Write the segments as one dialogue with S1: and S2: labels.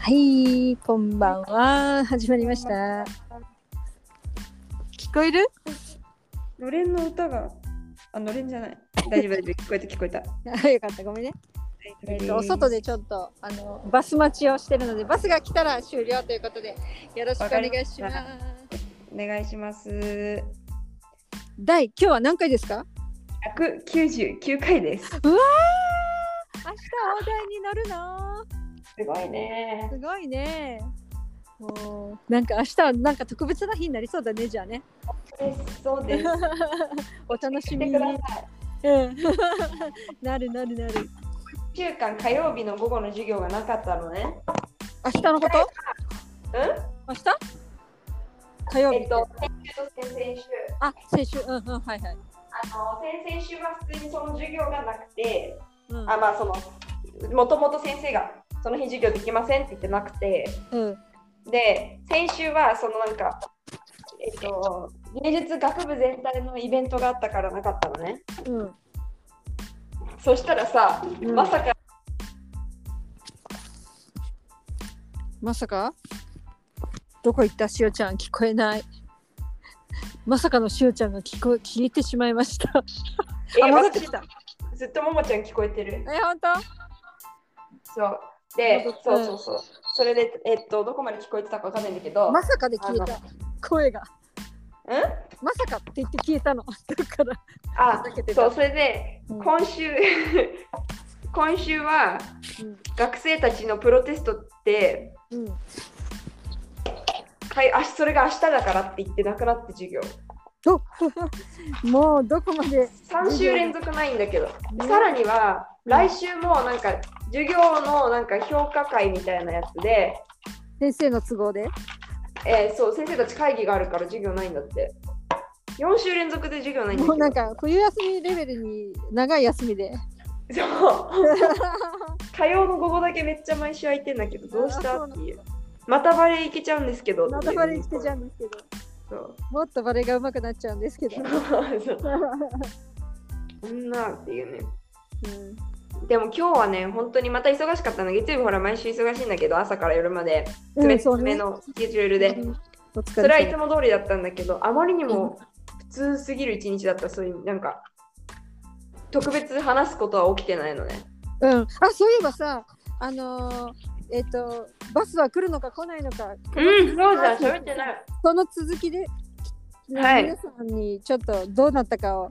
S1: はい、こんばんは。始まりました。聞こえる
S2: のれんの歌が、あ、のれんじゃない。大丈夫、大 丈夫、聞こえた、聞こえた。
S1: あよかった、ごめんね。えっと、お外でちょっと、あの、バス待ちをしてるので、バスが来たら終了ということで、よろしくお願いします
S2: わか。お願いします。
S1: 第、今日は何回ですか
S2: 百九十九回です。す
S1: うわー明日大台に乗るの
S2: ごいね。
S1: すごいね。もうなんか明日はなんか特別な日になりそうだね、じゃあね。
S2: そ うです。
S1: お楽しみに
S2: 来てく。ださい。
S1: うん、 なるなるなる。
S2: 一週間火曜日の午後の授業がなかったのね。
S1: 明日のこと
S2: う
S1: 明日火曜
S2: ん。
S1: 日
S2: えっと、先週と先々週。
S1: あ、先週、うんうん、はいはい。
S2: あの、先々週は普通にその授業がなくて。
S1: うん、
S2: あ、まあ、その。もともと先生が。その日授業できませんって言ってなくて。
S1: うん、
S2: で先週はそのなんかえっと芸術学部全体のイベントがあったからなかったのね
S1: うん、
S2: そしたらさ、
S1: うん
S2: まさか
S1: まさか。どこ行ったしおちゃん、聞こえない。まさかのしおちゃんが聞こえ、消えてしまいました。
S2: え
S1: あ、戻って
S2: 私
S1: きた。
S2: ずっとももちゃん聞こえてる
S1: え、本当。
S2: そうで
S1: 戻って
S2: そうそうそうそれでえっとどこまで聞こえてたかわかんないんだけど、
S1: まさかで消え
S2: あ
S1: た。声が。
S2: うん
S1: まさかって言って消えたの。 だから。
S2: あ
S1: ふざけてた
S2: そうそれで
S1: うん
S2: 今週 今週は学生たちのプロテストって
S1: うん、うん。
S2: はいあそれが明日だからって言ってなくなって授業
S1: と、 もうどこまで。
S2: 3週連続ないんだけど、
S1: ね
S2: さらには
S1: うん
S2: 来週もなんか授業のなんか評価会みたいなやつで、
S1: 先生の都合で。
S2: えーそう先生たち会議があるから授業ないんだって4週連続で授業ないんだけ
S1: も
S2: ど
S1: うなんか冬休みレベルに長い休みで。
S2: そう火曜の午後だけめっちゃ毎週空いてんだけどどうし
S1: あー
S2: た
S1: そう
S2: っ
S1: な
S2: て
S1: ん
S2: いうまたバレー行けちゃうんですけど
S1: またバレーしてちゃうんですけど。
S2: そう
S1: もっとバレーが上手くなっちゃうんですけど。
S2: そうそんなっていうね
S1: うん
S2: でも今日はね本当にまた忙しかったの月曜日ほら毎週忙しいんだけど朝から夜まで詰め詰めのスケジュールで、
S1: うんお疲
S2: それはい
S1: れ
S2: つ
S1: 様
S2: も通りだったんだけど、あまりにも普通すぎる一日だった、そういう、なんか、特別話すことは起きてないのね。
S1: うん、あそういえばさあのーえっ、とバスは来るのか来ないのか
S2: うん、そう
S1: じゃん
S2: 喋ってない。
S1: その続きで、ね
S2: はい
S1: 皆さんにちょっとどうなったかを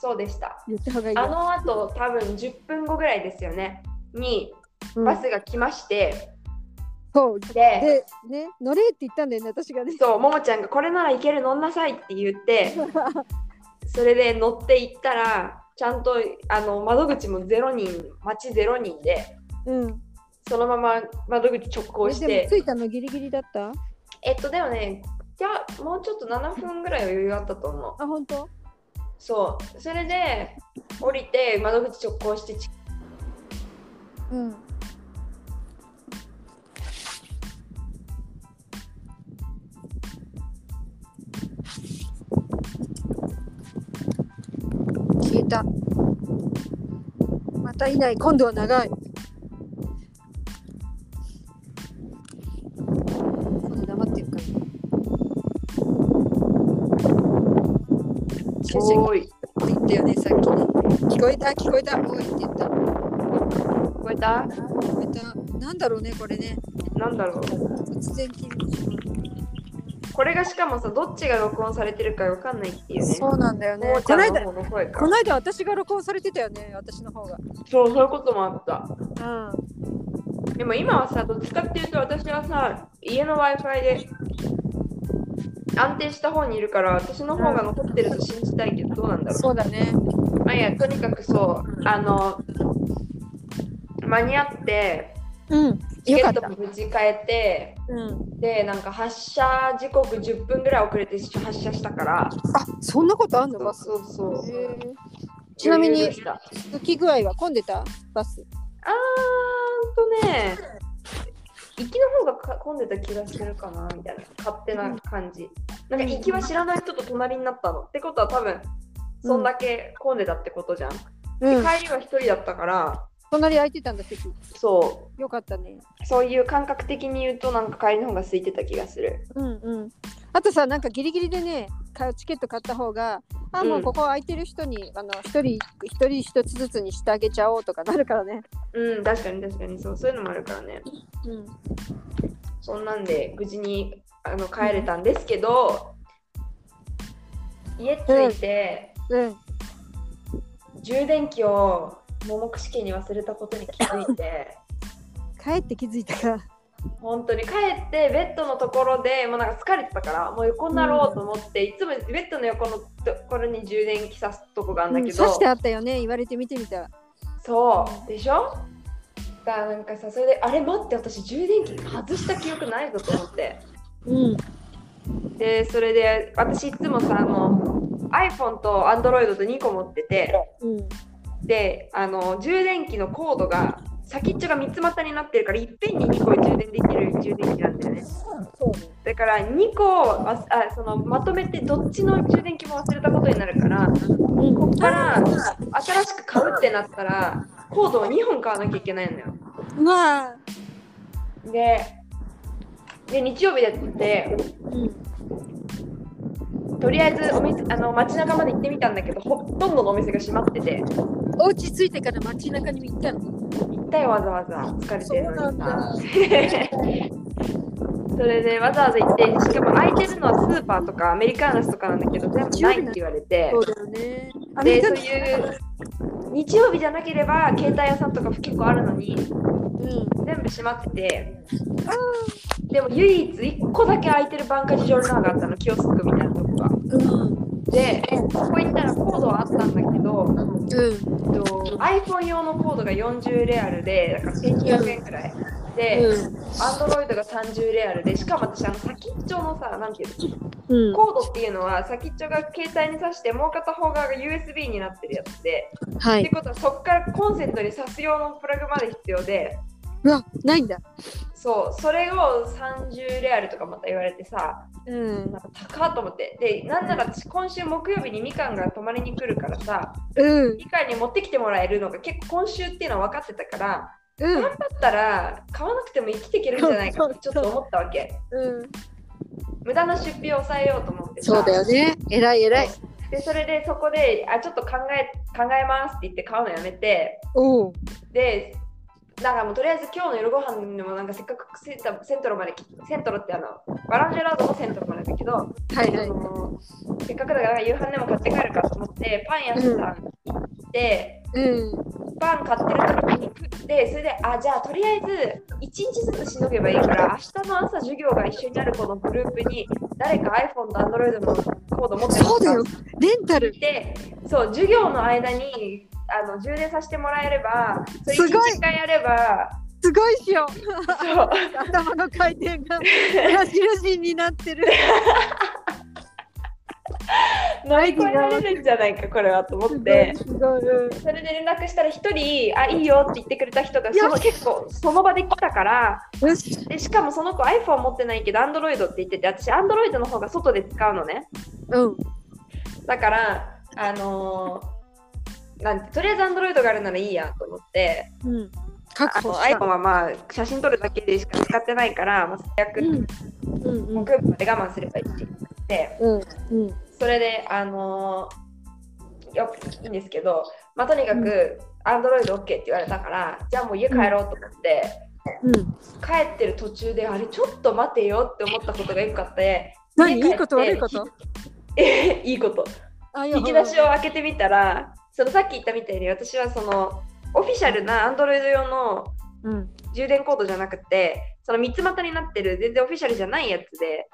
S2: そうでした。
S1: 言った方がいい
S2: あ
S1: よ。
S2: のあと、多分10分後ぐらいですよね、に
S1: うん
S2: バスが来まして、
S1: そう
S2: で、
S1: でね乗れって言ったんだよね私がね。
S2: そう、ももちゃんがこれならいける、乗んなさいって言って、それで乗って行ったら、ちゃんとあの窓口も0人、町0人で、
S1: うん、
S2: そのまま窓口直行し
S1: えで
S2: て
S1: も。着いたのギリギリだった
S2: えっとでもねいやもうちょっと7分ぐらいは余裕あったと思う
S1: あ本当
S2: そうそれで降りて窓口直行してち
S1: うん。消えた。またいない。今度は長い。今度黙ってるから。シュウちゃん
S2: おーい聞
S1: って言ったよね、さっきね。聞こえた、聞こえた、おいって言った。
S2: こえた
S1: こういったなんだろうねこれね
S2: なんだろう
S1: 突然切る
S2: これがしかもさどっちが録音されてるかわかんないっていうね
S1: そうなんだよね
S2: ももち
S1: こ
S2: ゃん
S1: の間
S2: の方の声か
S1: この間私が録音されてたよね私の方が
S2: そうそういうこともあった
S1: う
S2: でも今はさどっちかっていうと私はさ家の w i f i で安定した方にいるから私の方が残ってると信じたいけどどうなんだろう
S1: そうだね
S2: まあいいやとにかくそうあの間に合って
S1: うん
S2: チ
S1: よ
S2: ケ
S1: かっ
S2: ット
S1: た
S2: も無事変えて
S1: うん
S2: でなんか発車時刻10分ぐらい遅れて発車したから
S1: あそんなことあんのバス
S2: そうそう
S1: へえちなみに
S2: 余裕でした
S1: 浮き具合は混んでたバス
S2: あーんとね行きの方がか混んでた気がするかなみたいな勝手な感じなんか行きは知らない人と隣になったのってことは多分そんだけ混んでたってことじゃん、
S1: う
S2: 帰りは一人だったから
S1: 隣空いてたんだ席
S2: そ
S1: よかったね
S2: うそういう感覚的に言うとなんか帰りの方が空いてた気がする
S1: うんうんあとさなんかギリギリでねかチケット買った方があ
S2: うん
S1: もうここ空いてる人に、あの一人一人一つずつにしてあげちゃおうとかなるからね
S2: うん確かに確かにそうそういうのもあるからね
S1: うん
S2: そんなんで無事にあの帰れたんですけど、家着いて
S1: うん
S2: 充電器を桃串家に忘れたことに気づいて
S1: 帰って気づいたから
S2: 本当に帰ってベッドのところでもうなんか疲れてたからもう横になろうと思って、いつもベッドの横のところに充電器さすとこがあるんだ
S1: うん
S2: けど、
S1: 刺してあったよね言われて見てみたら
S2: そうでしょだからなんかさそれであれ待って私充電器外した記憶ないぞと思って
S1: うん
S2: でそれで私いつもさあの iPhone と Android と2個持ってて
S1: うん
S2: であの充電器のコードが先っちょが三つ股になってるからいっぺんに2個充電できる充電器なんだよね
S1: そうね
S2: だから2個をああそのまとめてどっちの充電器も忘れたことになるから
S1: うん
S2: こっから新しく買うってなったらコードを2本買わなきゃいけないのよ
S1: うわ
S2: でで日曜日だって
S1: ーうん
S2: とりあえずお店あの街中まで行ってみたんだけどほとんどのお店が閉まってて
S1: お家着いてから街中に行ったの
S2: 行ったよわざわざ疲れてるのにさ
S1: だ
S2: それでわざわざ行ってしかも空いてるのはスーパーとかアメリカーナスとかなんだけど全部ないって言われて
S1: そうだよねアメ
S2: で
S1: リカ
S2: そういう日曜日じゃなければ携帯屋さんとか結構あるのに
S1: うん
S2: 全部閉まっててでも唯一1個だけ空いてるバンカジジョルナーがあったのキオスクみたいなとこが
S1: うん
S2: でそこ行ったらコードはあったんだけど
S1: うん
S2: えっと iPhone 用のコードが40レアルで、だから1200円くらい。で、
S1: うん
S2: Android が30レアルで、しかも私、あの先っちょのさ、なんてい
S1: う
S2: う
S1: ん
S2: の、コードっていうのは先っちょが携帯に挿して、もう片方側が USB になってるやつで、
S1: は
S2: って
S1: い
S2: ことはそこからコンセントに挿す用のプラグまで必要で、
S1: うわないんだ
S2: そう、それを30レアルとかまた言われてさ、
S1: うん
S2: なんか高っと思って、で、なんなら私、今週木曜日にみかんが泊まりに来るからさ、
S1: うん
S2: みかんに持ってきてもらえるのが結構今週っていうのは分かってたから、
S1: うん
S2: 頑張ったら買わなくても生きていけるんじゃないかってちょっと思ったわけ
S1: うん
S2: 無駄な出費を抑えようと思ってさ
S1: そうだよね偉い偉い
S2: でそれでそこであちょっと考え考えますって言って買うのやめて
S1: おう
S2: でだからもうとりあえず今日の夜ご飯にもなんかせっかくセンタセントロまで来セントロってあのバランジェラードのセントロまでだけど、
S1: はいは
S2: あ
S1: い
S2: のせっかくだから夕飯でも買って帰るかと思ってパン屋さん行って、
S1: うん
S2: パン買ってる時に食ってそれであじゃあとりあえず1日ずつしのげばいいから明日の朝授業が一緒になる子のグループに誰か iPhone と Android のコード持ってる
S1: そうだよレンタル
S2: でそう授業の間にあの充電させてもらえればそれ
S1: すごい
S2: 1時間やれ ば
S1: すごいっしょ
S2: そう
S1: 頭の回転がブラジル人になってる
S2: 乗り越えられるんじゃないかこれはと思って。
S1: すごいうん
S2: それで連絡したら1人「あいいよ」って言ってくれた人がその
S1: よし
S2: 結構その場で来たから
S1: よし
S2: でしかもその子 iPhone 持ってないけど Android って言ってて私 Android の方が外で使うのね
S1: うん
S2: だからあのーなんてとりあえず Android があるならいいやと思って
S1: うん
S2: あ
S1: 確
S2: の
S1: 保
S2: iPhone はまあ写真撮るだけでしか使ってないから、まあ、最悪
S1: うんうんうん
S2: 木曜日まで我慢すればいいって言って
S1: うんうん
S2: それであのーよくいいんですけど、まあ、とにかく AndroidOK って言われたからじゃあもう家帰ろうと思って。
S1: うん
S2: 帰ってる途中であれちょっと待てよって思ったことがよかって
S1: 何い
S2: 家帰って
S1: いこと悪いこと
S2: え いいこと
S1: あいや
S2: 引き出しを開けてみたらそのさっき言ったみたいに私はそのオフィシャルな Android 用の
S1: うん
S2: 充電コードじゃなくてその三つ股になってる全然オフィシャルじゃないやつで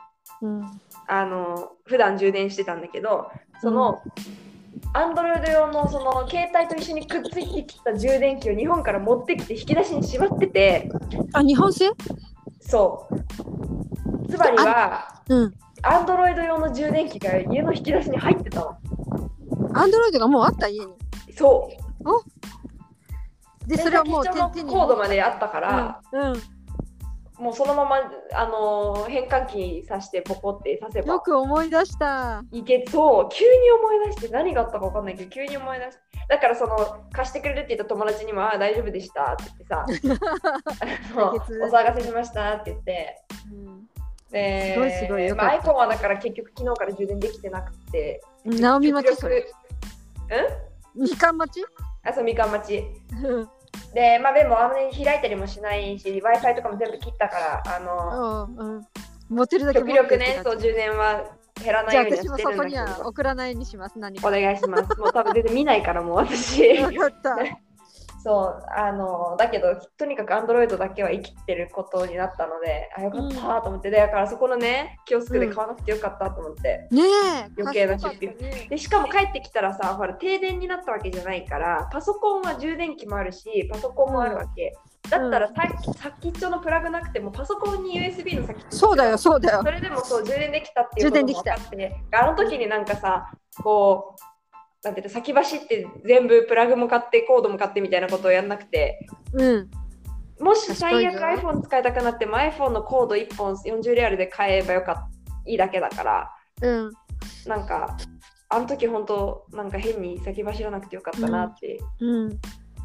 S1: うん
S2: あの普段充電してたんだけどその、Android 用のその携帯と一緒にくっついてきた充電器を日本から持ってきて引き出しにしまってて
S1: あ日本製
S2: そうつまりは
S1: うん
S2: アンドロイド用の充電器が家の引き出しに入ってたの。
S1: アンドロイドがもうあった家に
S2: そう。
S1: でそれはもう
S2: 先
S1: 手
S2: っちょ
S1: 手
S2: の
S1: に
S2: コードまであったから、
S1: うんうん
S2: もうそのまま、あのー変換器さしてポコってさせば
S1: よく思い出した。
S2: いけそう急に思い出して何があったか分かんないけど急に思い出してだからその貸してくれるって言った友達にも「ああ大丈夫でした」って言って さあの「お
S1: 解決
S2: 騒がせしました」って言ってです
S1: ごいすごいよかっ
S2: まあ、
S1: た
S2: アイコンはだから結局昨日から充電できてなくて
S1: うん。ナオミ町
S2: 結
S1: そ
S2: 局
S1: れ。みかん町
S2: あそうみかん待ち
S1: うん。
S2: でまあでもあんまり開いたりもしないし w i f i とかも全部切ったからあの
S1: うん。持ってるだけ持
S2: 極
S1: ってるって
S2: 力
S1: 感じ
S2: ねそう充電は減らな
S1: じ
S2: い
S1: ゃあ
S2: ように
S1: 私
S2: はし
S1: も
S2: て
S1: そ
S2: るん
S1: こ
S2: だ
S1: に
S2: け
S1: は
S2: ど
S1: 送らないようにします。何
S2: お
S1: か。
S2: 願いしますもう多分全然見ないからもう 私
S1: 分かった。
S2: そうあのだけどとにかくアンドロイドだけは生きてることになったのであよかったと思って、でだからそこのねキオスクで買わなくてよかったと思って、
S1: ねえ。
S2: 余計な出費
S1: 賢かったね
S2: でしかも帰ってきたらさほら停電になったわけじゃないからパソコンは充電器もあるしパソコンもあるわけ、だったらさっき先っちょのプラグなくてもパソコンに USB の先っちょ
S1: そうだよ、そうだよ
S2: そ。れでもそう充電できたっていうことも分かってあの時になんかさこうなんていうの先走って全部プラグも買ってコードも買ってみたいなことをやんなくて
S1: うん。
S2: もし最悪
S1: 賢い
S2: iPhone 使いたくなっても iPhone のコード1本40レアルで買えばよかったいいだけだから
S1: うん。
S2: なんかあの時本当なんか変に先走らなくてよかったなって
S1: うん。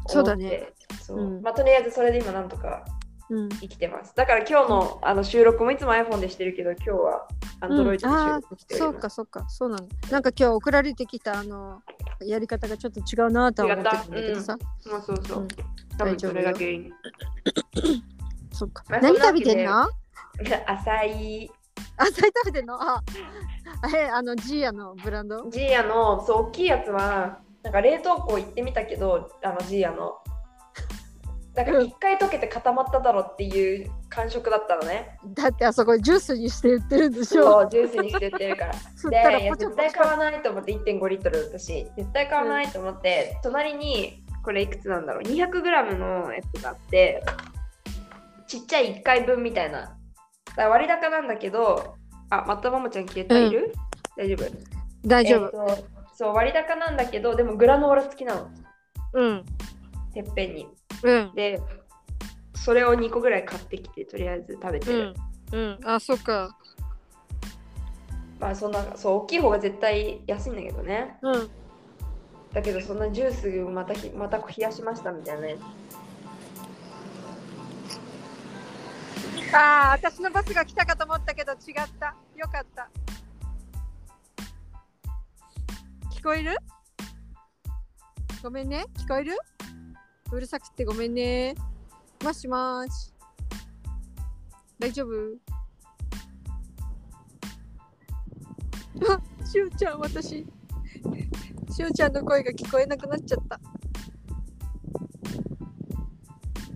S1: そ
S2: 思
S1: うだ
S2: って、
S1: ね
S2: そう
S1: うん
S2: まあとりあえずそれで今なんとか
S1: うん。
S2: 生きてますだから今日のあの収録もいつも iPhone でしてるけど今日は Android で収録して
S1: そ
S2: お
S1: う
S2: りま
S1: か
S2: す、
S1: そうかそうなのなんか今日送られてきたあのやり方がちょっと違うなとは思ってたんだけどさ、
S2: もうそうそう、
S1: うん
S2: 多分それが原因
S1: そうか
S2: まあ
S1: 何
S2: そんな
S1: 食
S2: わ
S1: べ
S2: けで
S1: てんの
S2: 浅い
S1: 浅い食べてんのああれあのジーヤのブランド
S2: ジーヤのそう大きいやつはなんか冷凍庫行ってみたけどあのジーヤのなんか
S1: うん
S2: 一回溶けて固まっただろっていう感触だったのね
S1: だってあそこジュースにして売ってるんでしょ
S2: そうジュースにしてって るから
S1: 振ったら
S2: でいや
S1: ポチポ
S2: 絶対
S1: チ
S2: 買わないと思って1.5リットル私絶対買わないと思って、隣にこれいくつなんだろう 200g のやつがあってちっちゃい1回分みたいなだから割高なんだけどあまたももちゃん消えたいる、大丈夫
S1: 大丈夫、
S2: えーとそう割高なんだけどでもグラノーラ付きなの
S1: うん
S2: てっぺんに
S1: うん
S2: でそれを2個ぐらい買ってきてとりあえず食べて
S1: う
S2: る、
S1: んうんあそっか
S2: まあそんなそう大きい方が絶対安いんだけどね
S1: うん
S2: だけどそんなジュースをまたひまた冷やしましたみたいなね
S1: ああ私のバスが来たかと思ったけど違ったよかった聞こえるごめんね聞こえるうるさくってごめんねもしもーし大丈夫 あしゅうちゃん私しゅうちゃんの声が聞こえなくなっちゃった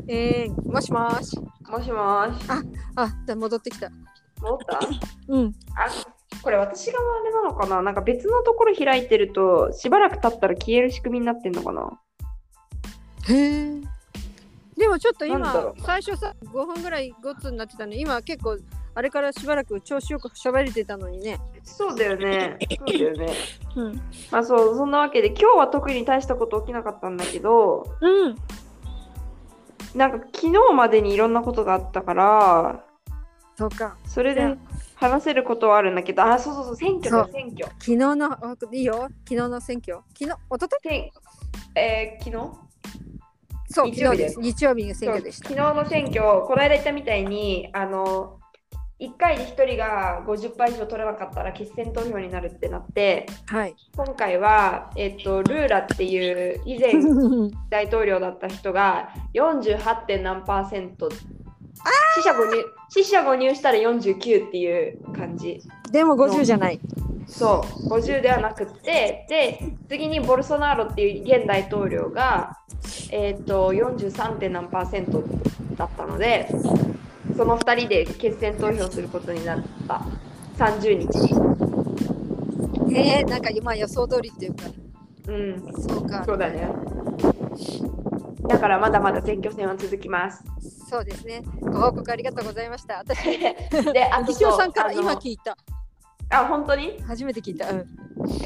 S1: えー、もしもーし
S2: もしもーし
S1: あ、だ戻ってきた。
S2: 戻った
S1: うん。
S2: あこれ私があれなのかななんか別のところ開いてるとしばらく経ったら消える仕組みになってんのかな
S1: へえ。でもちょっと
S2: なんだろ
S1: 今最
S2: う、
S1: 初さ、5分ぐらいごつになってたのに、今結構、あれからしばらく調子よく喋れてたのにね。
S2: そうだよねそうだよね
S1: うん。
S2: まあそうそんなわけで今日は特に大したこと起きなかったんだけど
S1: うん。
S2: なんか昨日までにいろんなことがあったから
S1: そうか。
S2: それ
S1: じゃ
S2: で
S1: あ
S2: 話せることはあるんだけどあそうそうそう選挙
S1: そ
S2: だ
S1: う
S2: 選挙
S1: 昨日の、あいいよ。昨日の選挙。昨日、おととい
S2: 選えー昨日
S1: そう、
S2: 日
S1: 昨
S2: 曜
S1: 日
S2: 日
S1: です。日曜日が選
S2: そう
S1: 挙でし
S2: 昨
S1: た
S2: 日。の選挙この間言ったみたいにあの1回で1人が50以上取れなかったら決選投票になるってなって
S1: はい。
S2: 今回は、えっとルーラっていう以 前大統領だった人が 48. 点何パーセント死者誤入死者誤入したら49っていう感じ。
S1: でも50じゃない。
S2: そう50ではなくってで次にボルソナーロっていう現大統領が、えー、と 43. 点何パーセントだったのでその2人で決選投票することになった30日に。
S1: えー、なんか今予想通りっていうか、
S2: うん
S1: そうか。
S2: そうだねだからまだまだ選挙戦は続きます。
S1: そうですね。ご報告ありがとうございました。私、
S2: で、あと
S1: 西尾
S2: そう
S1: さんから
S2: あの
S1: 今聞いた。
S2: あ、本当に
S1: 初めて聞いた。うん。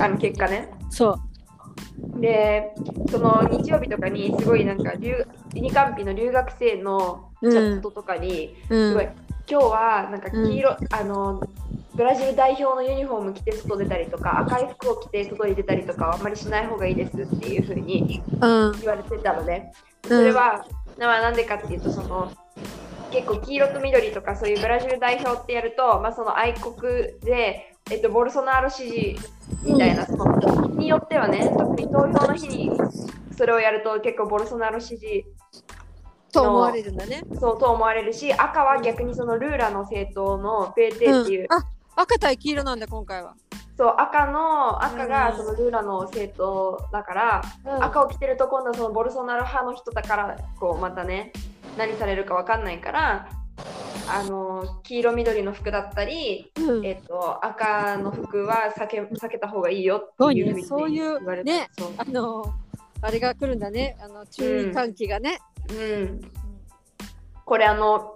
S2: あの結果ね。
S1: そう。
S2: で、その日曜日とかにすごいなんか留、ユニカンピの留学生のチャットとかに、
S1: うん。
S2: すごい今日はなんか
S1: うん
S2: 黄色、あのブラジル代表のユニフォーム着て外出たりとか赤い服を着て外に出たりとかはあんまりしない方がいいですっていうふうに
S1: うん。
S2: 言われてたのでそれは、まあ、なんでかっていうとその結構黄色と緑とかそういうブラジル代表ってやると、まあ、その愛国で、えっと、ボルソナロ支持みたいなその日によってはね特に投票の日にそれをやると結構ボルソナロ支持
S1: と思われるんだね。
S2: そうと思われるし赤は逆にそのルーラの政党の PT っていう、
S1: うん、あ赤対黄色なんだ今回は。
S2: そう赤の赤
S1: う
S2: が
S1: ん
S2: そのルーラの政党だから、赤を着てると今度はそのボルソナロ派の人だからこうまたね何されるかわかんないからあの黄色緑の服だったり、
S1: うん
S2: えっと赤の服は避け避けた方がいいよ
S1: ご
S2: って
S1: い
S2: い
S1: ね
S2: うふうに
S1: そういう
S2: 言われて
S1: ね
S2: そう
S1: あのあれが来るんだねあの注意喚起がね。
S2: うん、これあの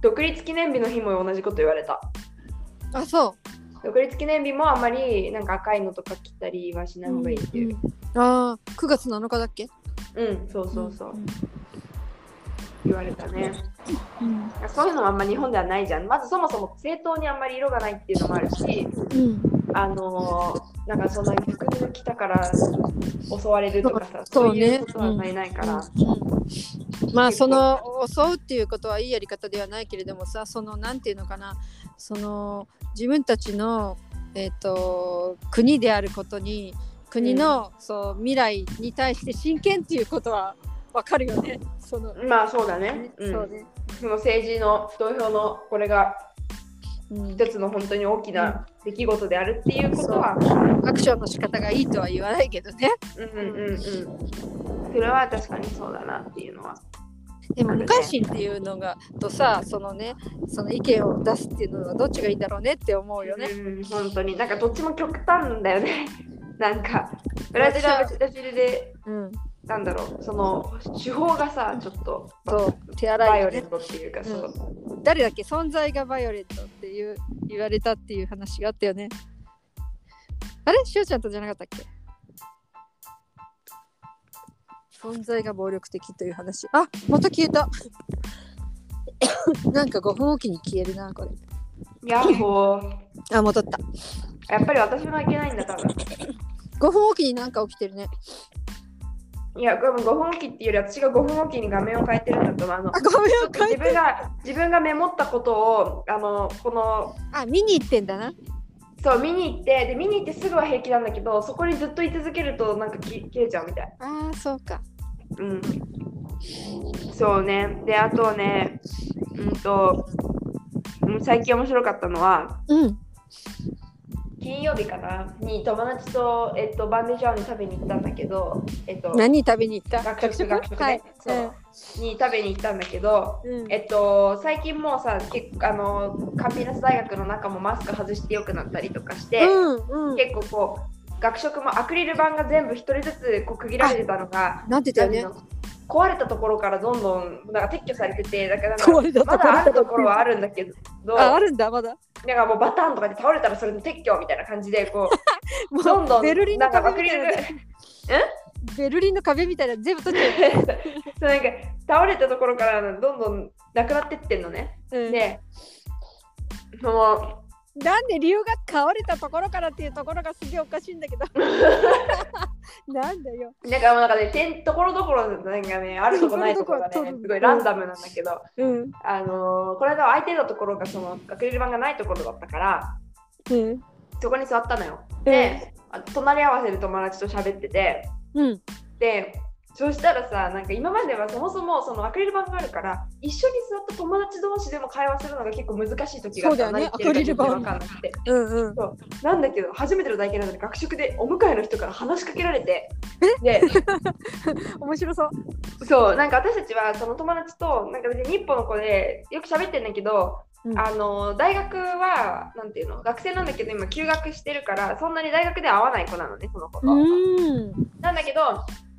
S2: 独立記念日の日も同じこと言われた
S1: あそ
S2: 独立記念日もあまりなんか赤いのとか着たりはし
S1: う。
S2: ない方がいいっていう。
S1: うんああ9月7日だっけ？
S2: うん、そうそうそう、言われたね。
S1: うん。
S2: そういうのはあんま日本ではないじゃん。まずそもそも政党にあんまり色がないっていうのもあるし、
S1: うん。
S2: あのーなんかそんな服着たから襲われるとか
S1: そ
S2: さ、
S1: う
S2: そう,、
S1: そうね
S2: いうことはあんまりないから、
S1: うんまあその襲うっていうことはいいやり方ではないけれどもさそのなんていうのかなその自分たちの、えー、と国であることに国の、そう未来に対して真剣っていうことはわかるよね。その
S2: まあそうだね。うん、
S1: そうね、
S2: その政治の投票のこれが
S1: うん
S2: 一つの本当に大きな出来事であるっていうことは、
S1: アクションの仕方がいいとは言わないけどね。
S2: うんうんうん。それは確かにそうだなっていうのは。
S1: でも無関心っていうのがとさそのねその意見を出すっていうのはどっちがいいんだろうねって思うよね。
S2: うん、本当に。なんかどっちも極端なんだよね。 なんか、ブラジルはブラジルで、
S1: うん、
S2: なんだろう、その手法がさ、ちょっと
S1: そう手洗
S2: バ
S1: い
S2: イ
S1: よ
S2: オ
S1: ね
S2: レットっていうか、そう。
S1: 誰だっけ存在がバイオレットっていう言われたっていう話があったよね。あれしおちゃんとじゃなかったっけ存在が暴力的という話。あまた消えた。 なんか5分おきに消えるな、これ。
S2: ヤッホー。
S1: あ、戻った。
S2: やっぱり私もいけないんだ、多分。
S1: 5分おきになんか起きてるね。
S2: いや、多分5分おきっていうより、私が5分おきに画面を変えてるんだと思う。あの
S1: あ、5分お
S2: 自
S1: き。
S2: 分が自分がメモったことをあのこの
S1: あ、見に行ってんだな。
S2: そう見に行ってで見に行ってすぐは平気なんだけどそこにずっと居続けるとなんかき切れちゃうみたい
S1: ああ、そうか。
S2: うん。そうね。で、あとね、うんと、うん最近面白かったのは、
S1: うん。
S2: 金曜日かなに友達と、えっと、バンデジャーに食べに行ったんだけど、えっと、
S1: 何食べに行った
S2: 学食学食ね、
S1: はい。
S2: そう、に食べに行ったんだけど、
S1: うんうん
S2: えっと、最近もうさ、結構あの、カンピナス大学の中もマスク外してよくなったりとかして、
S1: うんうん。
S2: 結構こう、学食もアクリル板が全部一人ずつこう区切られてたのが、
S1: なんて言ったよね。
S2: 壊れたところからどんどんなんか撤去されてて、だからなんか
S1: 壊れたとこ
S2: ま
S1: ろ
S2: だあるところはあるんだけど、
S1: あ、あ
S2: なん
S1: るんだ、まだ。
S2: かもうバタンとかで倒れたらそれの撤去みたいな感じで、こ
S1: も
S2: う、
S1: う
S2: どんどん、
S1: ベルリン
S2: な
S1: の
S2: んか
S1: 壁
S2: ア
S1: み
S2: ク
S1: た
S2: リ
S1: い
S2: ル
S1: な
S2: が、
S1: ベルリンの壁みたいなの全部取っちゃ
S2: そうなんか倒れたところからどんどんなくなってってんの ね。
S1: う、うん
S2: で、も
S1: なんで理由が倒れたところからっていうところがすげえおかしいんだけ どなんだよ、
S2: う、なんかもうなんかね、てんところどころなんかね、あるとこないところがね、
S1: ところどころ
S2: すごいランダムなんだけど、
S1: うん
S2: あのーこの間は空いてたところがそのアクリル板がないところだったから、
S1: うん
S2: そこに座ったのよ。で、あ隣り合わせで友達と喋ってて、
S1: うん
S2: で、そうしたらさ、なんか今まではそもそもそのアクリル板があるから、一緒に座った友達同士でも会話するのが結構難しい時があった
S1: そうだよね
S2: 何言ってるか
S1: アクリル板
S2: 全然わかんなくて。
S1: うんうん
S2: なんだけど、初めての体験なので、学食でお迎えの人から話しかけられて、で、
S1: 面白そう
S2: そう、なんか私たちはその友達と、なんか別に日本の子でよく喋ってんだけど、
S1: うん
S2: あの大学は、なんていうの、学生なんだけど、今休学してるから、そんなに大学で会わない子なのね、その子と。
S1: うん
S2: なんだけど、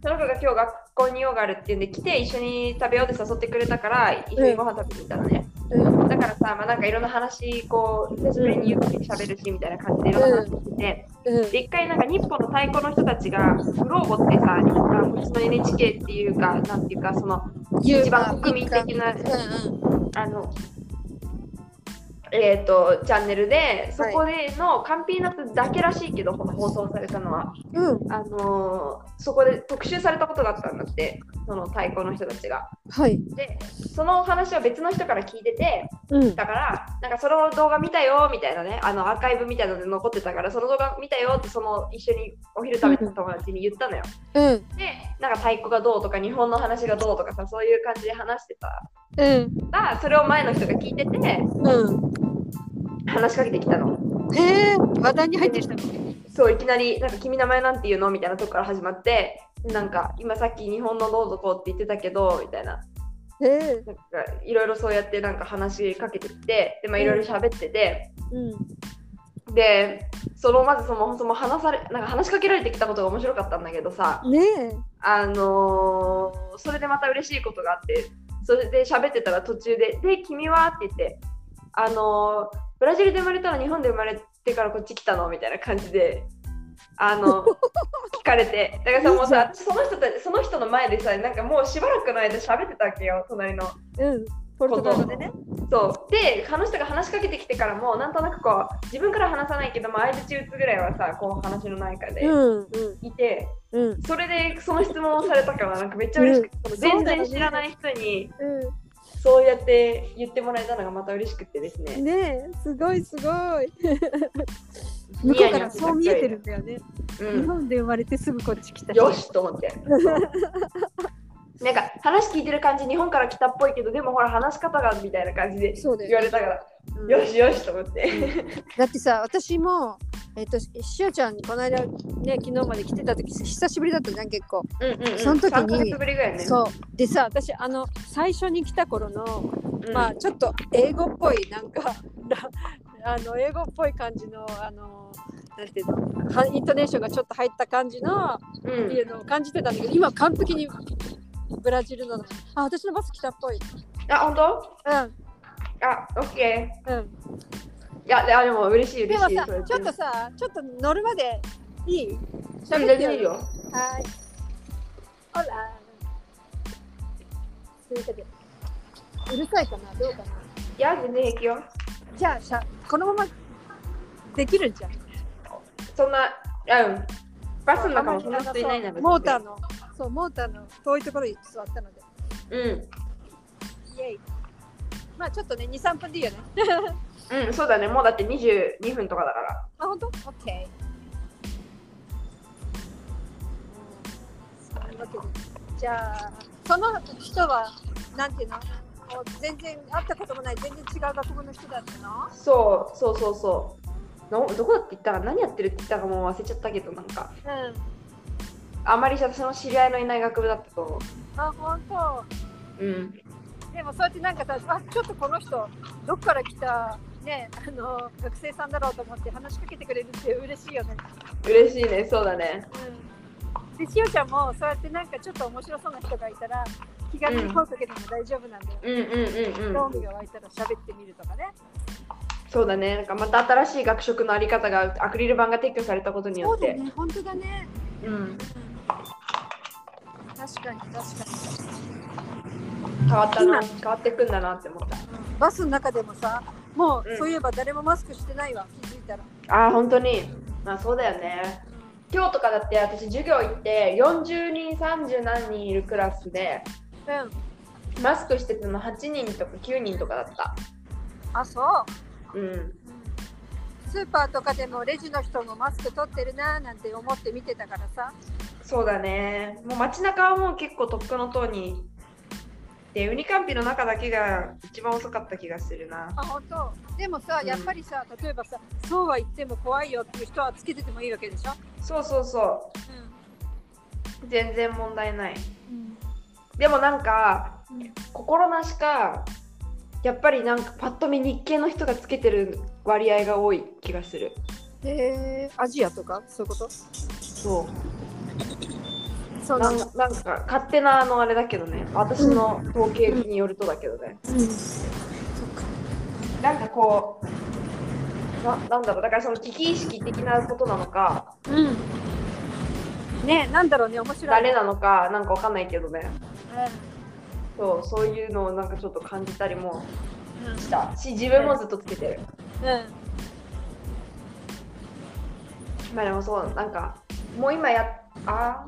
S2: その子が今日学校に用があるっていうんで来て一緒に食べようって誘ってくれたから一緒にご飯食べに行ったのね、
S1: うん
S2: だからさ、まあ、なんかいろんな話こう久しぶりにゆっくり喋るしみたいな感じでいろんな話してて、
S1: うん
S2: で一回なんか日本の太鼓の人たちがグローボってさあのうちの NHK っていうかなんていうかその一番国民的な
S1: うん
S2: あのえー、とチャンネルでそこでのカンピーナッツだけらしいけど、放送されたのは
S1: うん。
S2: あのーそこで特集されたことだったんだってその太鼓の人たちが
S1: はい。
S2: でそのお話を別の人から聞いてて
S1: うん。
S2: だからなんかその動画見たよみたいなねあのアーカイブみたいなので残ってたからその動画見たよってその一緒にお昼食べた友達に言ったのよ
S1: うん。
S2: でなんか太鼓がどうとか日本の話がどうとかさそういう感じで話してた
S1: うん。
S2: らそれを前の人が聞いてて
S1: う
S2: 話しかけてきたの
S1: ん。へえ、話題に入ってきたの。
S2: そういきなり「なんか君名前なんて言うの?」みたいなとこから始まってなんか今さっき日本のどうぞこうって言ってたけどみたいな
S1: へえ。
S2: なんかいろいろそうやってなんか話しかけてきてでまあいろいろ喋ってて、
S1: うん。
S2: でそのまずそもそも話されなんか話しかけられてきたことが面白かったんだけどさ
S1: ね
S2: あのーそれでまた嬉しいことがあってそれで喋ってたら途中で「で君は?」って言ってあのーブラジルで生まれたら日本で生まれてからこっち来たのみたいな感じで。あの聞かれてだからさもうさその人たちその人の前でさなんかもうしばらくの間喋ってたわけよ隣の
S1: え。うん。ポルトガルでね。
S2: そうであの人が話しかけてきてからもなんとなくこう自分から話さないけども相槌打つぐらいはさこう話の中で
S1: うん。
S2: いて、
S1: うん。うん。
S2: それでその質問をされたからなんかめっちゃ嬉しくて、
S1: うん
S2: その全
S1: そうだよ
S2: 然
S1: ね
S2: 知らない人に
S1: うん。
S2: そうやって言ってもらえたのがまた嬉しくてですね
S1: ねえすごいすごい向
S2: ニ
S1: こ
S2: ヤ
S1: うか
S2: ニ
S1: ら
S2: ヤしちゃって
S1: そう見えてるんだよね、
S2: う
S1: 日
S2: ん
S1: 本で生まれてすぐこっち来たし
S2: よしと思ってなんか話聞いてる感じ日本から来たっぽいけどでもほら話し方がみたいな感じで
S1: そうだ
S2: 言わ
S1: よ、
S2: れたから、
S1: うん
S2: よしよしと思って
S1: だってさ私もえっ、とししおちゃんこの間ね昨日まで来てた時久しぶりだったじゃん結構、
S2: うんうん、うん、
S1: その時に
S2: 3ヶ月ぶりぐらいね
S1: そうでさ私あの最初に来た頃の、
S2: うん
S1: まあちょっと英語っぽいなんか あの英語っぽい感じのあのなんていうのはイントネーションがちょっと入った感じの
S2: う
S1: って
S2: ん
S1: いうのを感じてたんだけど今完璧にブラジルなのあ私のバス来たっぽい
S2: あ本当
S1: うん
S2: あ、オッケ
S1: うん
S2: ー。いや、であでも嬉しい
S1: で
S2: 嬉
S1: も
S2: しい。
S1: さ
S2: そうや
S1: ちょっとさちょっと乗るまでいい
S2: う
S1: 喋
S2: ん
S1: っ
S2: 全
S1: て
S2: 然いいよ。
S1: はいほらということでうるさいかなどうかない
S2: や、全然平気よ。
S1: じゃあしゃこのままできるんじゃん
S2: そんな、うん。バスの中もそんな人いないな
S1: そうモーター
S2: ー
S1: のそうモーターの遠いところに座ったのでイエイまあちょっとね23分でいいよね
S2: うん。うん、そうだね。もうだって22分とかだから。
S1: あ、本当オッケー。そういうわけでじゃあ、その人は、なんていうのもう全然会ったこともない、全然違う学部の人だったの
S2: そう、そうそうそう。のどこだって言ったら何やってるって言ったかもう忘れちゃったけど、なんか、
S1: うん。
S2: あまり私の知り合いのいない学部だったと思
S1: あ、本当。
S2: う。うん。
S1: でもそうやってなんかさ、あ、ちょっとこの人、どっから来た、ね、あの、学生さんだろうと思って話しかけてくれるって嬉しいよね。
S2: 嬉しいね、そうだね。
S1: うん。で、しおちゃんもそうやってなんかちょっと面白そうな人がいたら、気軽に声かけても大丈夫なんだよね。
S2: うんうんうん
S1: 興
S2: う
S1: 味
S2: ん。
S1: が湧いたら喋ってみるとかね。
S2: そうだね。なんかまた新しい学食のあり方がアクリル板が撤去されたことによって。
S1: ね、本当だね。
S2: うん。
S1: 確かに確か
S2: 変わったな
S1: 今
S2: 変わってくんだなって思っ
S1: に。バスの中でもさ、もう、
S2: うん
S1: そういえば誰もマスクしてないわ、気づいたら。
S2: たああ本当にまあそうだよね今日とかだって私授業行って40人30何人いるクラスで
S1: うん。
S2: マスクしてたの8人とか9人とかだった
S1: あ、そう。
S2: うん
S1: スーパーとかでもレジの人もマスク取ってるなーなんて思って見てたからさ。
S2: そうだねもう街中はもう結構とっくの塔にでウニカンピの中だけが一番遅かった気がするな
S1: あ、本当。でもさ、
S2: うん
S1: やっぱりさ、例えばさ、そうは言っても怖いよっていう人はつけててもいいわけでしょ。
S2: そうそうそ
S1: うん。
S2: う全然問題ない
S1: うん
S2: でもなんか
S1: うん
S2: 心なしかやっぱりなんかパッと見日系の人がつけてる割合が多い気がする
S1: えー、アジアとかそういうこと
S2: そ
S1: そうう
S2: な
S1: なんん
S2: か
S1: だ。
S2: なんか勝手なあのあれだけどね私の統計によるとだけどね
S1: うん。そっか。
S2: なんかこうななんだろうだからその危機意識的なことなのか
S1: うん。ねえ、なんだろうね、面白い。
S2: 誰なのかなんかわかんないけどね
S1: う
S2: そうそういうのをなんかちょっと感じたりもしたし自分もずっとつけてる
S1: う
S2: まあでもそうなんかもう今やあ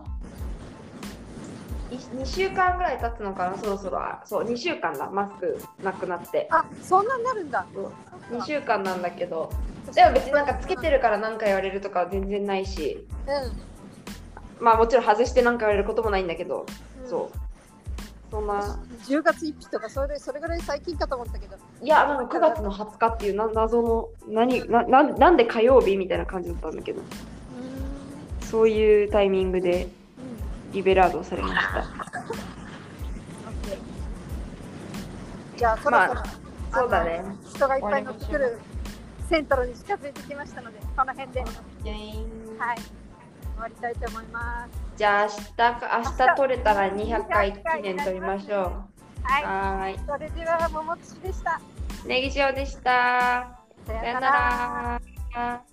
S2: 2週間ぐらい経つのかなそろそろあそう2週間だマスクなくなって
S1: ん、あそんなになるんだ
S2: 2週間なんだけどでも別になんかつけてるから何か言われるとかは全然ないしまあもちろん外して何か言われることもないんだけど、
S1: うん
S2: そうそんな
S1: 10月1日とかそれそれぐらい最近かと思ったけど
S2: いやなんか9月の20日っていうな謎の何なななんで火曜日みたいな感じだったんだけどそういうタイミングでリベラードされました
S1: じゃあそろ
S2: まあ
S1: そろ、
S2: そうだね
S1: 人がいっぱい乗ってくるセントルに近づいてきましたのでこの辺ではい終わりたいと思います
S2: じゃあ明日か明日取れたら200回記念取りましょう
S1: はい
S2: はーい
S1: それではももちでした
S2: ネギ塩でした
S1: さ
S2: さ
S1: よ
S2: よ
S1: うな
S2: な
S1: ら
S2: ら